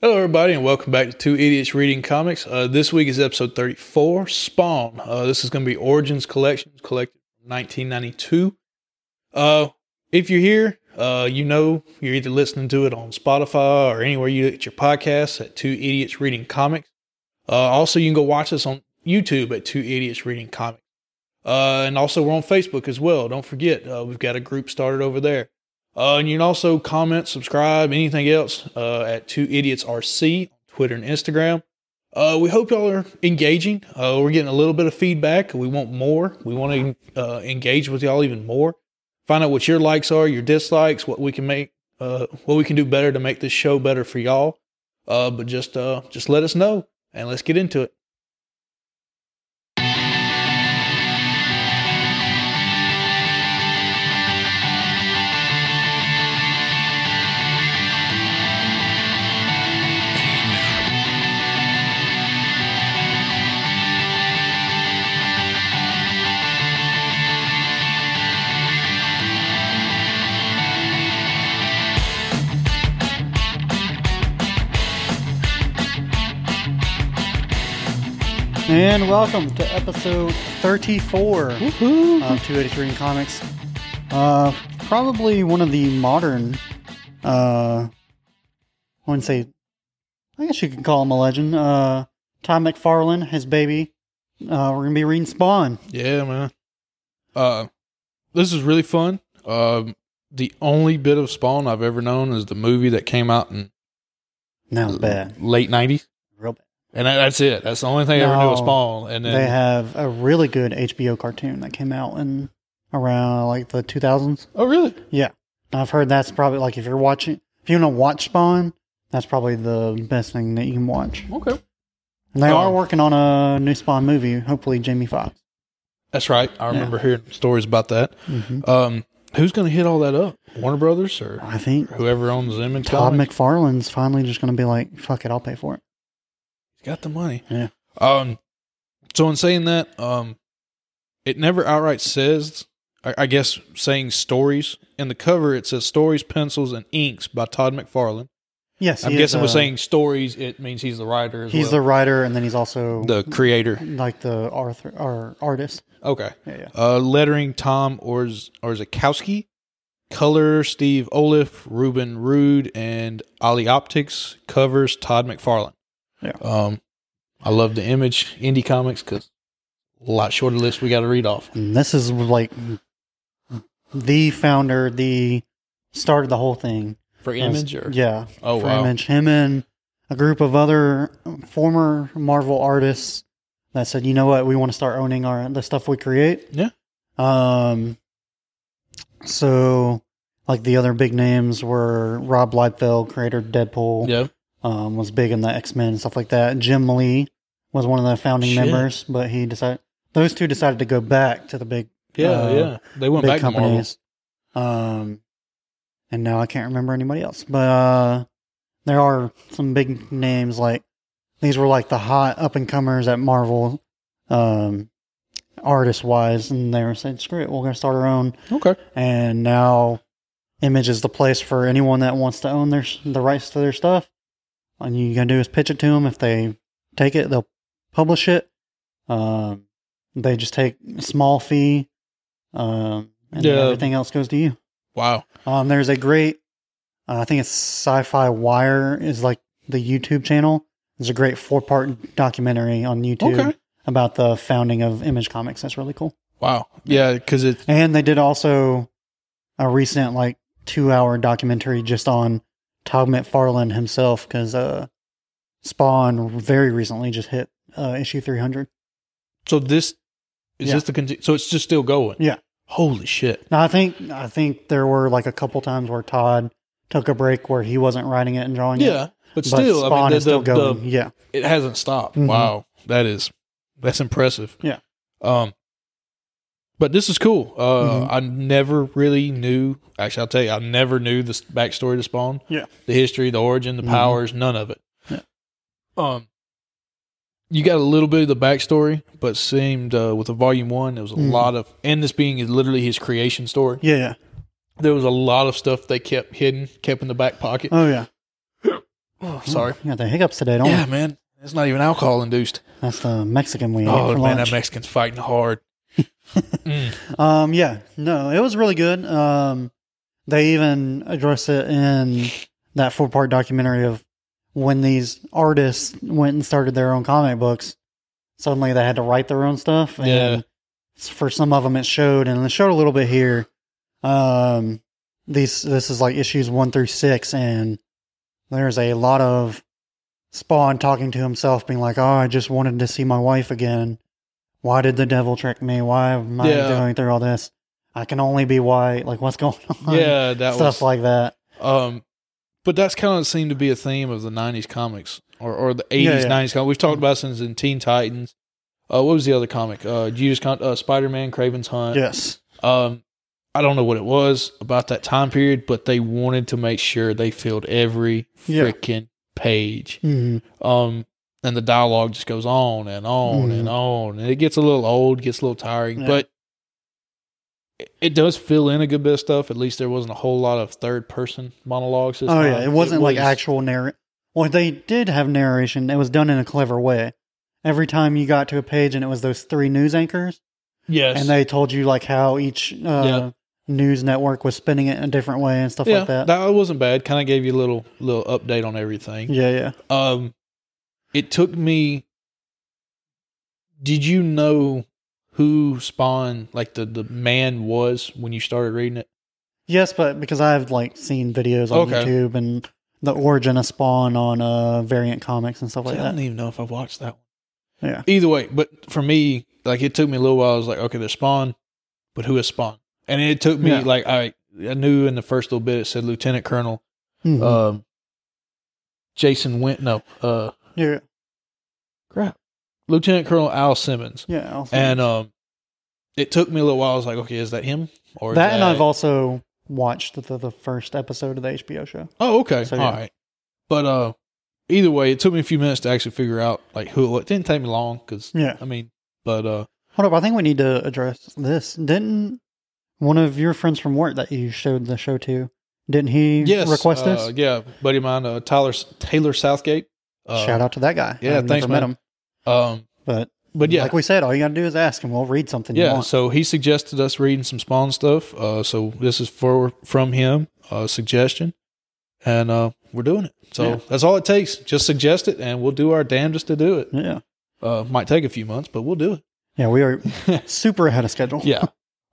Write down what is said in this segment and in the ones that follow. Hello, everybody, and welcome back to Two Idiots Reading Comics. Uh, this week is episode 34, Spawn. Uh, this is going to be Origins Collections, collected from 1992. Uh, if you're here, uh, you know you're either listening to it on Spotify or anywhere you get your podcasts at Two Idiots Reading Comics. Uh, also, you can go watch us on YouTube at Two Idiots Reading Comics. Uh, and also, we're on Facebook as well. Don't forget, uh, we've got a group started over there. Uh, and you can also comment, subscribe, anything else uh, at Two Idiots RC on Twitter and Instagram. Uh, we hope y'all are engaging. Uh, we're getting a little bit of feedback. We want more. We want to uh, engage with y'all even more. Find out what your likes are, your dislikes, what we can make, uh, what we can do better to make this show better for y'all. Uh, but just uh, just let us know and let's get into it. And welcome to episode 34 Woohoo! of 283 in Comics. Uh, probably one of the modern, uh, I wouldn't say, I guess you could call him a legend. Uh, Tom McFarlane, his baby. Uh, we're going to be reading Spawn. Yeah, man. Uh, this is really fun. Um, the only bit of Spawn I've ever known is the movie that came out in That was bad. late '90s, Real bad. and that, that's it. That's the only thing I ever knew of No. Spawn. And then They have a really good HBO cartoon that came out in around like the 2000s. oh, really? Yeah. I've heard that's probably like if you're watching, if you want to watch Spawn, that's probably the best thing that you can watch. Okay, And they are Um, working on a new Spawn movie, hopefully Jamie Foxx. that's right. I remember hearing stories about that. Mm-hmm. Um, who's going to hit all that up? Warner Brothers or I think whoever owns them and Todd Comics? McFarlane's finally just going to be like, fuck it, I'll pay for it. He's got the money. Yeah. Um. So in saying that, um, it never outright says. I, I guess saying stories in the cover it says stories, pencils, and inks by Todd McFarlane. Yes. I'm he is, guessing with uh, saying stories, it means he's the writer as he's the well. writer and then he's also the creator. like the Arthur or artist. Okay. Yeah, yeah. Uh, lettering Tom Orz- Orzakowski. Color Steve Olaf, Ruben Rude, and Ali Optics. Covers Todd McFarlane. Yeah. Um, I love the image indie comics because a lot shorter list we got to read off. And this is like the founder, the started the whole thing. For image or Yeah. Oh, for wow. Image. Him and a group of other former Marvel artists that said, you know what, we want to start owning our the stuff we create. Yeah. Um. So, like the other big names were Rob Liefeld, creator of Deadpool, yeah. um, was big in the X Men and stuff like that. Jim Lee was one of the founding Shit. members, but he decided those two decided to go back to the big Yeah, Uh, yeah. They went big back to Marvel. companies. Um, and now I can't remember anybody else, but uh, there are some big names like these were like the hot up and comers at Marvel, um, artist wise, and they were saying, "Screw it, we're gonna start our own." Okay. And now, Image is the place for anyone that wants to own their the rights to their stuff. And you gotta do is pitch it to them. If they take it, they'll publish it. Um, they just take a small fee, um, and then Yeah. everything else goes to you. Wow. Um, there's a great, uh, I think it's Sci-Fi Wire is like the YouTube channel. There's a great four-part documentary on YouTube Okay. about the founding of Image Comics. That's really cool. Wow. Yeah, because it. And they did also a recent like two hour documentary just on Todd McFarlane himself because uh, Spawn very recently just hit uh, issue 300. So this is Yeah. this the conti- so it's just still going. Yeah. Holy shit. Now I think I think there were like a couple times where Todd took a break where he wasn't writing it and drawing it. Yeah, but But still, Spawn I mean, the, is still the- going. the- yeah. it hasn't stopped. Mhm. Wow, that is that's impressive. Yeah. Um, but this is cool. Uh, Mm-hmm. I never really knew. Actually, I'll tell you, I never knew the s- backstory to Spawn. Yeah. the history, the origin, the Mhm. powers, none of it. Yeah. Um, you got a little bit of the backstory, but seemed uh, with the volume one, there was a Mhm. lot of, and this being is literally his creation story. Yeah. Yeah. There was a lot of stuff they kept hidden, kept in the back pocket. Oh, yeah. Oh, sorry. You got the hiccups today, don't Yeah, you? man. It's not even alcohol induced. That's the Mexican we ate Oh, for man, lunch. that Mexican's fighting hard. Mm. Um, yeah, no, it was really good. Um, they even address it in that four part documentary of when these artists went and started their own comic books. Suddenly, they had to write their own stuff, and Yeah. for some of them, it showed, and it showed a little bit here. Um, these this is like issues one through six, and there's a lot of Spawn talking to himself, being like, "Oh, I just wanted to see my wife again. Why did the devil trick me? Why am I Yeah. going through all this? I can only be white. Like, what's going on? Yeah, that stuff was like that. Um, but that's kind of seemed to be a theme of the '90s comics or, or the '80s, Yeah, yeah. '90s comics. We've talked about it since in Teen Titans. Uh, what was the other comic? Uh, Judas, Con- uh, Spider-Man, Craven's Hunt. Yes, Um, I don't know what it was about that time period, but they wanted to make sure they filled every Yeah. freaking page. Mhm. Um, and the dialogue just goes on and on and on, and it gets a little old, gets a little tiring, Mm. Yeah. but. it- It does fill in a good bit of stuff. At least there wasn't a whole lot of third person monologues. this oh time. yeah, it wasn't like was- actual narr. Well, they did have narration. It was done in a clever way. Every time you got to a page, and it was those three news anchors, Yes. and they told you like how each uh, Yeah. news network was spinning it in a different way and stuff yeah, like that. wasn't bad. Kind of gave you a little little update on everything. Yeah, yeah. Um, it took me. Did you know who Spawn like the the man was when you started reading it? Yes, but because I've like seen videos on Okay. YouTube and the origin of Spawn on uh variant comics and stuff I like don't that. even know if I watched that one. Yeah. Either way, but for me, like it took me a little while. I was like, okay, there's Spawn, but who is Spawn? And it took me Yeah. like I I knew in the first little bit it said Lieutenant Colonel Mhm. um Jason Went no uh yeah, crap Lieutenant Colonel Al Simmons. yeah. I'll see. And um, it took me a little while. I was like, okay, is that him or that, is and I've also watched the, the first episode of the HBO show. oh okay So, all yeah. right. But uh, either way, it took me a few minutes to actually figure out like who it was. It didn't take me long because Yeah. I mean, but uh, Hold up, I think we need to address this. Didn't one of your friends from work that you showed the show to? Didn't he yes, request uh, this? Yeah, buddy of mine, uh, Tyler Taylor Southgate. Uh, Shout out to that guy. yeah, I've thanks, never met man. him, Um, but but yeah, like we said, all you gotta do is ask, and we'll read something. you yeah. want. So he suggested us reading some Spawn stuff. Uh, so this is for from him uh, suggestion, and uh, we're doing it. So Yeah. that's all it takes. Just suggest it, and we'll do our damnedest to do it. yeah, Uh, might take a few months, but we'll do it. yeah. We are super ahead of schedule. Yeah.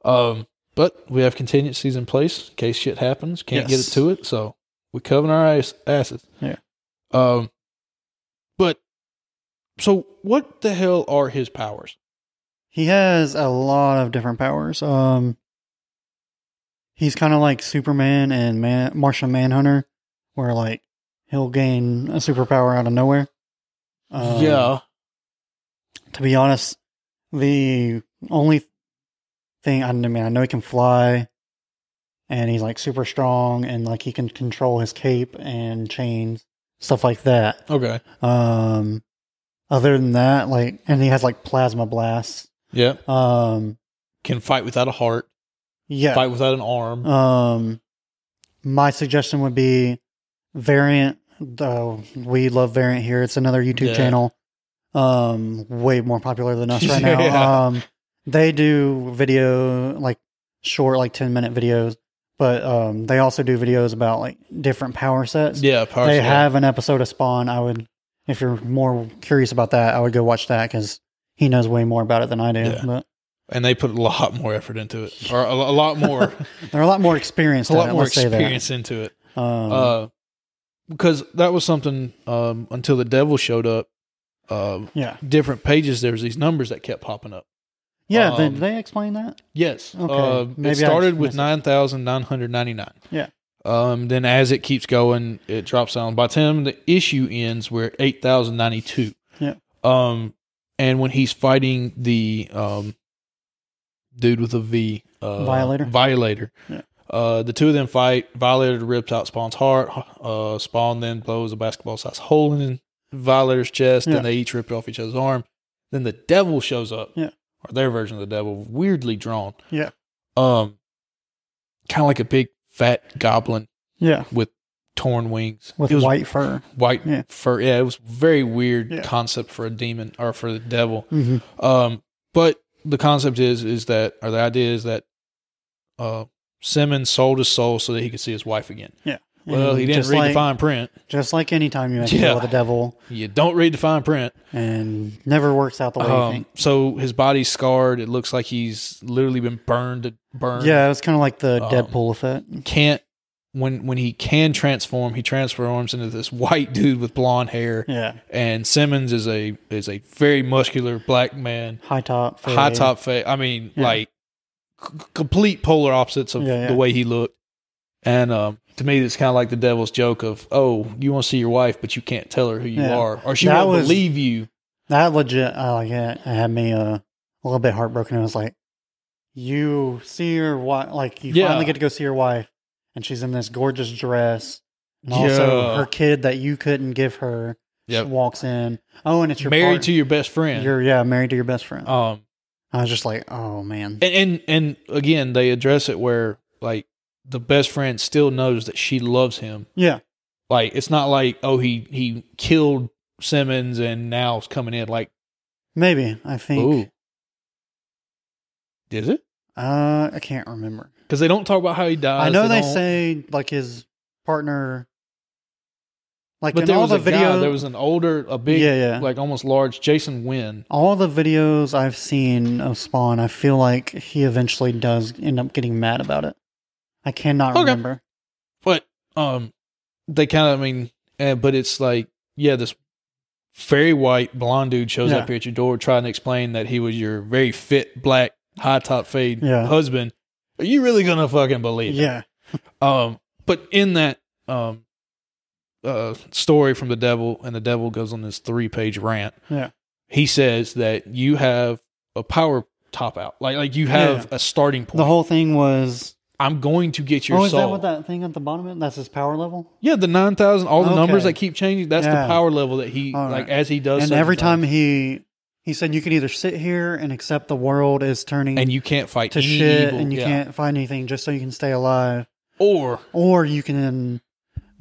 um, but we have contingencies in place in case shit happens. Can't get Yes. it to it, so we're covering our ass- asses. Yeah. Um, but so what the hell are his powers? He has a lot of different powers. Um, he's kind of like Superman and Man- Martian Manhunter, where like he'll gain a superpower out of nowhere. Um, yeah. To be honest, the only thing I mean, I know he can fly, and he's like super strong, and like he can control his cape and chains, stuff like that. Okay. Um, other than that, like, and he has like plasma blasts. Yeah. Um, Can fight without a heart. Yeah. Fight without an arm. Um, my suggestion would be Variant. Though we love Variant here, it's another YouTube Yeah. channel. Um, way more popular than us right Yeah. now. Um, they do video like short, like ten minute videos, but um, they also do videos about like different power sets. yeah. Power they set. have an episode of Spawn. I would, if you're more curious about that, I would go watch that because he knows way more about it than I do. Yeah. But and they put a lot more effort into it, or a, a lot more, they're a lot more experienced. a at lot it, more let's say that. experience into it. Um, Uh, because that was something um, until the devil showed up. Uh, yeah. different pages, there's these numbers that kept popping up. Yeah, Um, did they explain that? Yes. Okay. Uh, Maybe I it started with missed it. 9,999. Yeah. Um, then as it keeps going, it drops down. By the time the issue ends, we're at 8,092. Yeah. Um, and when he's fighting the um, dude with a V, uh, Violator? Violator. Yeah. Uh, the two of them fight. Violator rips out Spawn's heart. Uh, Spawn then blows a basketball sized hole in Violator's chest, Yeah. and they each rip off each other's arm. Then the devil shows up. Yeah. Or their version of the devil, weirdly drawn. Yeah. Um, kind of like a big fat goblin Yeah. torn wings. with it was white fur. white yeah. fur. Yeah, it was very weird Yeah. concept for a demon or for the devil. hmm Um, but the concept is is that or the idea is that uh, Simmons sold his soul so that he could see his wife again. Well, he didn't Mm-hmm. just read like, the fine print. Just like any time you have to Yeah. deal with the devil, You don't read the fine print. and never works out the way you Um, think. so his body's scarred. It looks like he's literally been burned to burn. Yeah, it's kind of like the um, Deadpool effect. Can't when when he can transform, he transforms into this white dude with blonde hair. Yeah, And Simmons is a is a very muscular black man, high top, fade. high top face. I mean, Yeah. like c- complete polar opposites of Yeah, yeah. the way he looked. And um, to me, it's kind of like the devil's joke of, oh, you want to see your wife, but you can't tell her who you Yeah. are, or she That won't was- believe you. That legit, I like it. It had me uh, a little bit heartbroken. I was like, you see your wife, like you Yeah. finally get to go see your wife, and she's in this gorgeous dress, and also Yeah. her kid that you couldn't give her Yep. walks in. Oh, and it's your Married part- to your best friend. You're yeah, married to your best friend. um, I was just like, oh man, and and, and again they address it where like the best friend still knows that she loves him yeah, like it's not like oh he he killed simmons and now's coming in like maybe I think. ooh is it Uh, I can't remember. because they don't talk about how he dies I know they Uh, don't- say like his partner, like but in there all was the a guy videos. there was an older a big yeah, yeah. like almost large jason Wynn. all the videos I've seen of Spawn, I feel like he eventually does end up getting mad about it. I cannot Okay. remember. but um they kind of i mean eh, but it's like yeah this very white blonde dude shows Yeah. up here at your door trying to explain that he was your very fit black high top fade Yeah. husband are you really gonna fucking believe Yeah, it um but in that um uh story from the devil and the devil goes on this three page rant Yeah. he says that you have a power top out like like you have a starting point the whole thing was. i'm going to get your oh, is soul that what that thing at the bottom? Of? That's his power level. yeah, the nine thousand, all the numbers Okay. that keep changing. That's Yeah. the power level that he All like right. as he does. and certain every time things. he he said, you can either sit here and accept the world is turning and you can't fight to any shit, evil. and you Yeah. can't find anything just so you can stay alive, Or or you can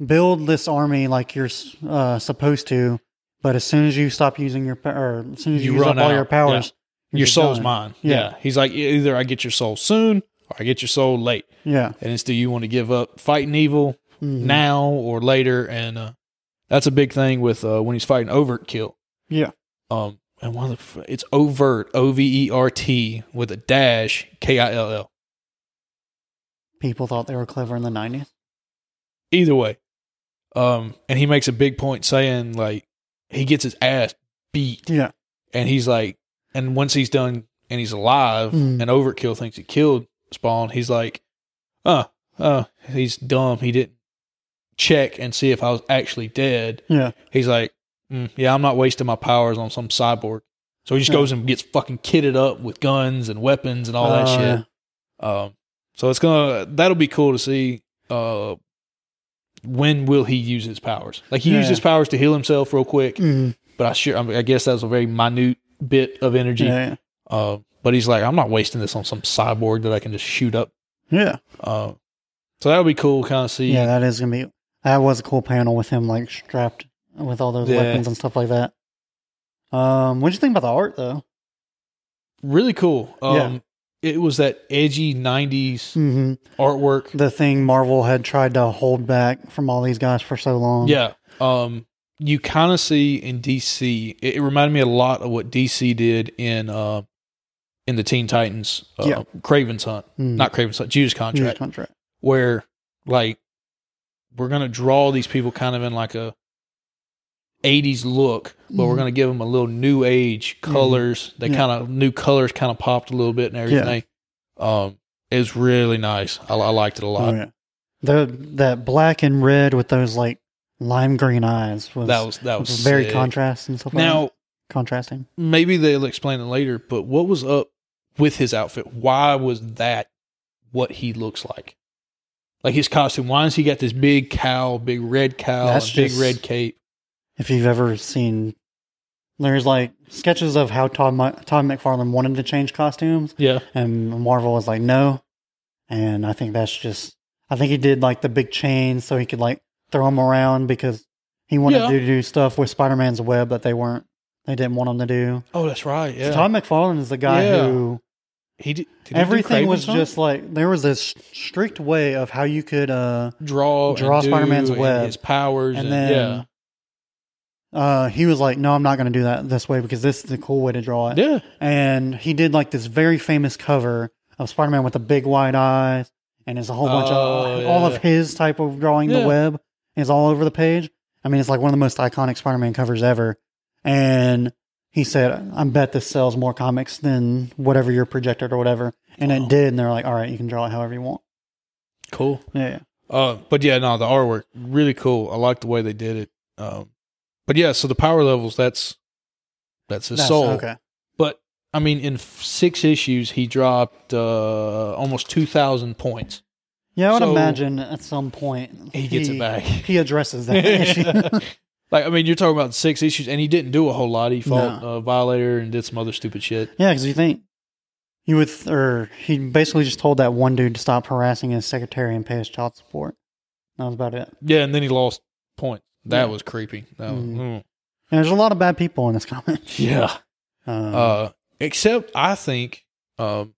build this army like you're uh, supposed to. But as soon as you stop using your, pa- or as soon as you, You use run up all out. your powers, you're your just soul's done. mine. Yeah. Yeah. he's like "E- either I get your soul soon or I get your soul late. Yeah. And it's do you want to give up fighting evil Mhm. now or later? And uh, that's a big thing with uh, when he's fighting overt kill. Yeah. Um, and one of the f- it's overt O V E R T with a dash K I L L. people thought they were clever in the 90s. either way um and he makes a big point saying like he gets his ass beat Yeah. and he's like and once he's done and he's alive Mm. and overkill thinks he killed spawn he's like uh uh he's dumb he didn't check and see if i was actually dead Yeah. he's like mm, yeah i'm not wasting my powers on some cyborg so he just Yeah. goes and gets fucking kitted up with guns and weapons and all that Uh, shit um, so it's gonna that'll be cool to see. Uh, when will he use his powers? Like he used Yeah. his powers to heal himself real quick, mm, but I sure I, mean, I guess that was a very minute bit of energy. yeah. Uh, but he's like, I'm not wasting this on some cyborg that I can just shoot up. Yeah. Uh, so that'll be cool, kind of see. Yeah, that is going to be. That was a cool panel with him, like, strapped with all those Yeah. weapons and stuff like that. Um, what'd you think about the art, though? Really cool. Um, Yeah. It was that edgy '90s hmm artwork. The thing Marvel had tried to hold back from all these guys for so long. Yeah. Um, you kind of see in DC. It, it reminded me a lot of what DC did in uh, in the Teen Titans. Uh, Yeah. Craven's Hunt, Mm, not Craven's Hunt, Judas huge Contract, contract. where like we're gonna draw these people kind of in like a '80s look, but we're Mhm. gonna give them a little new age colors. They Mm-hmm. Yeah. kind of new colors kind of popped a little bit and everything. Um, it's really nice. I, I liked it a lot. Oh, yeah. The, that black and red with those, like, lime green eyes was, That was that was very sick. contrast and stuff like Now. that. Contrasting. maybe they'll explain it later, but what was up with his outfit? Why was that what he looks like? Like his costume, why has he got this big cowl, big red cowl, That's and big just- red cape? if you've ever seen there's like sketches of how Todd Mi- Todd McFarlane wanted to change costumes Yeah. and Marvel was like no and I think that's just I think he did like the big chains so he could like throw him around because he wanted Yeah. to do stuff with Spider Man's web that they weren't, they didn't want him to do. Oh, that's right. Yeah, So Todd McFarlane is the guy Yeah. who he did, did he do everything Kraven's was song? just like there was this strict way of how you could uh draw, and draw do Spider-Man's and web. his powers, and and, then yeah, uh he was like no I'm not going to do that this way because this is the cool way to draw it yeah, and he did like this very famous cover of Spider-Man with the big wide eyes and it's a whole bunch Oh, of all yeah. of his type of drawing Yeah. the web is all over the page I mean it's like one of the most iconic Spider-Man covers ever and he said I bet this sells more comics than whatever your projected or whatever and Wow. it did and they're like all right you can draw it however you want cool. yeah Uh, but yeah, no, the artwork really cool. I like the way they did it. Um, but yeah, so the power levels that's that's his That's- soul. okay But I mean, in f- six issues, he dropped uh, almost two thousand points. Yeah, I would So- imagine at some point He gets it back. He addresses that issue. Like I mean, you're talking about six issues, and he didn't do a whole lot. He fought uh, Violator and did some other stupid shit. yeah, because you think you would, or he basically just told that one dude to stop harassing his secretary and pay his child support. That was about it. Yeah, and then he lost points. That Yeah. was creepy. That was, Mhm. mm. And there's a lot of bad people in this comic. Yeah. Um, Uh, except I think um,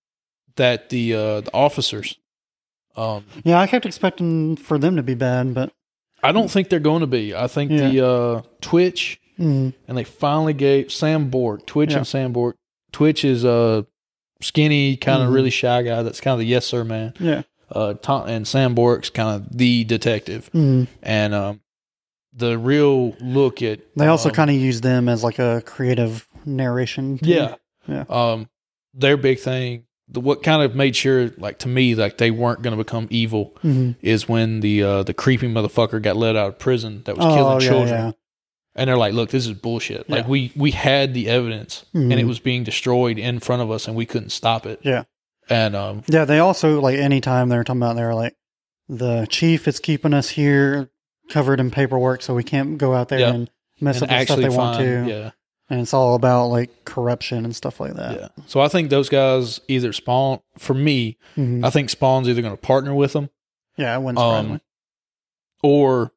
that the uh, the officers, um, yeah, I kept expecting for them to be bad, but I don't think they're going to be. I think the uh, Twitch mm, and they finally gave Sam Borg, Twitch Yeah. and Sam Borg. Twitch is a skinny, kind of Mhm. really shy guy. That's kind of the yes sir man. yeah, Uh, Tom, and Sam Borg's kind of the detective, mm. and um, the real look at they also um, kind of used them as like a creative narration. tool. Yeah. Yeah. Um, their big thing, the, what kind of made sure, like to me, like they weren't going to become evil Mhm. is when the uh, the creepy motherfucker got let out of prison that was Oh, killing yeah, children, yeah. and they're like, "Look, this is bullshit. Like Yeah. we we had the evidence, and it Mhm. was being destroyed in front of us, and we couldn't stop it." Yeah. And um, Yeah, they also like anytime they were talking about they were like the chief is keeping us here covered in paperwork so we can't go out there Yeah. and mess and up the stuff actually they want find- to. yeah, And it's all about like corruption and stuff like that. yeah. So I think those guys either spawn for me. Mhm. I think Spawn's either going to partner with them yeah, it wouldn't surprise me. um, or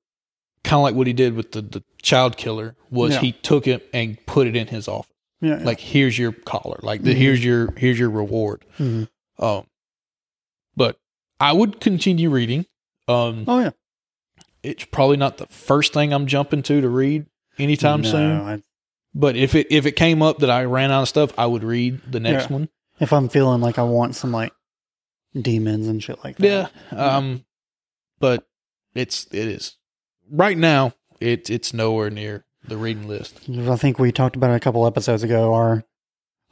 kind of like what he did with the, the child killer was Yeah. he took it and put it in his office Yeah, yeah. like here's your collar like the, Mhm. here's your here's your reward Mhm. um but i would continue reading um oh yeah, it's probably not the first thing i'm jumping to to read anytime No, soon I- but if it if it came up that i ran out of stuff i would read the next Yeah. one if I'm feeling like I want some like demons and shit like that. yeah um but it's it is right now it it's nowhere near the reading list I think we talked about it a couple episodes ago. Our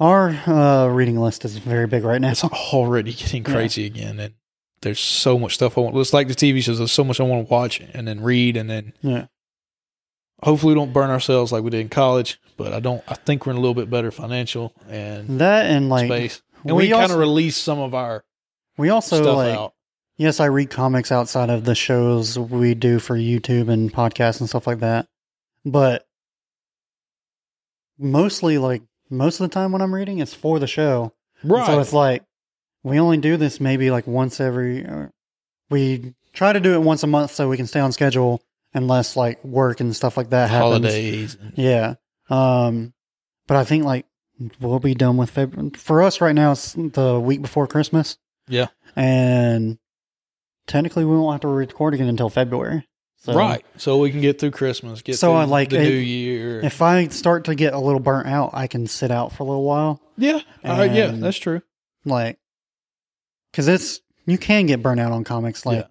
our uh, reading list is very big right now. it's already getting Yeah. crazy again and there's so much stuff I want. It's like the TV shows. There's so much I want to watch and then read, and then Yeah. hopefully we don't burn ourselves like we did in college. But I don't. I think we're in a little bit better financial and That and like space, and we, kind also, of release some of our we also stuff like out. Yes, I read comics outside of the shows we do for YouTube and podcasts and stuff like that. But mostly, like, most of the time when I'm reading, it's for the show. And Right. So it's like, we only do this maybe like once every. Or we try to do it once a month so we can stay on schedule unless like work and stuff like that happens. holidays. Yeah. Um, but I think like we'll be done with February. For us right now, it's the week before Christmas. Yeah. And technically, we won't have to record again until February. So right. So we can get through Christmas. Get So through I like the it- new year. If I start to get a little burnt out, I can sit out for a little while. yeah. All right. Yeah. and- That's true. Like, because it's, you can get burnt out on comics. Like, Yeah.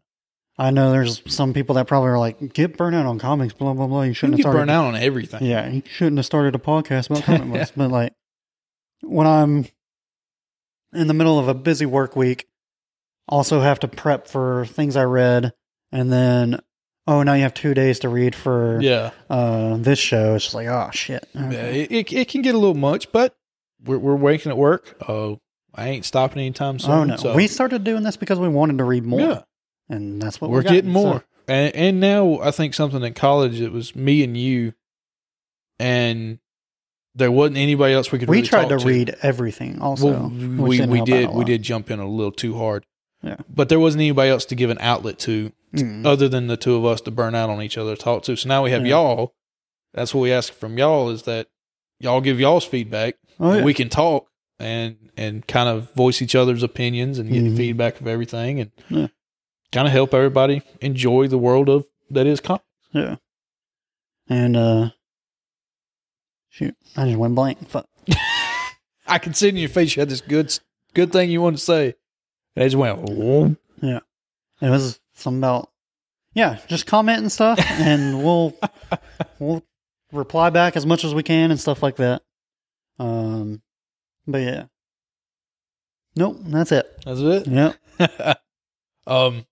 I know there's some people that probably are like, get burnt out on comics, blah, blah, blah. You You can shouldn't get have started burnt out on everything. Yeah, he shouldn't have started a podcast about comic books. But like, when I'm in the middle of a busy work week, also have to prep for things I read, and then oh, now you have two days to read for Yeah. uh, this show. It's just like oh shit. Yeah, it, it, it can get a little much, but we're, we're waking at work. Oh, I ain't stopping anytime soon. oh no, so- we started doing this because we wanted to read more, yeah, and that's what we're we got. getting So, more. And, and now I think something in college, it was me and you, and there wasn't anybody else we could we really tried talk to read everything. Also, Well, which we didn't we help out a did we lot. did jump in a little too hard. Yeah. But there wasn't anybody else to give an outlet to Mm. other than the two of us to burn out on each other to talk to. So now we have Yeah. y'all. That's what we ask from y'all is that y'all give y'all's feedback. Oh, and yeah. We can talk and and kind of voice each other's opinions and get Mhm. feedback of everything and Yeah. kind of help everybody enjoy the world of that is comics. Yeah. And uh shoot, I just went blank. Fuck. I can see in your face you had this good good thing you wanted to say. And I just went, "Whoa." It was something about yeah, just comment and stuff and we'll we'll reply back as much as we can and stuff like that. Um but yeah. Nope, that's it. that's it. Yep. um,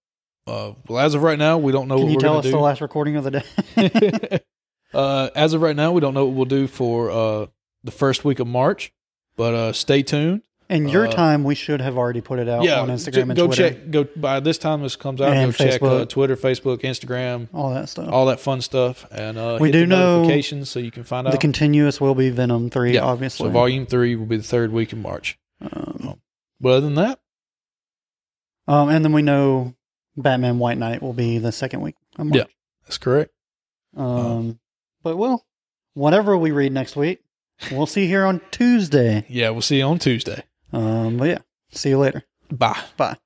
uh, well, as of right now, we don't know Can Oh, what you we're tell going us to do. the last recording of the day? uh, as of right now, we don't know what we'll do for uh, the first week of March, but uh, stay tuned. In your Uh, time, we should have already put it out yeah, on ju- Instagram and go Twitter, check. Go by this time this comes out, And go check uh, Facebook. Twitter, Facebook, Instagram, all that stuff. all that fun stuff, and uh, We hit do the know notifications so you can find the out. continuous will be Venom three, Yeah, obviously. so volume three will be the third week in March. um, But other than that, Um, and then we know Batman White Knight will be the second week. of March. that's correct. Um, but well, whatever we read next week, we'll see here on Tuesday. Yeah, we'll see you on Tuesday. Um, but yeah, see you later. Bye. Bye.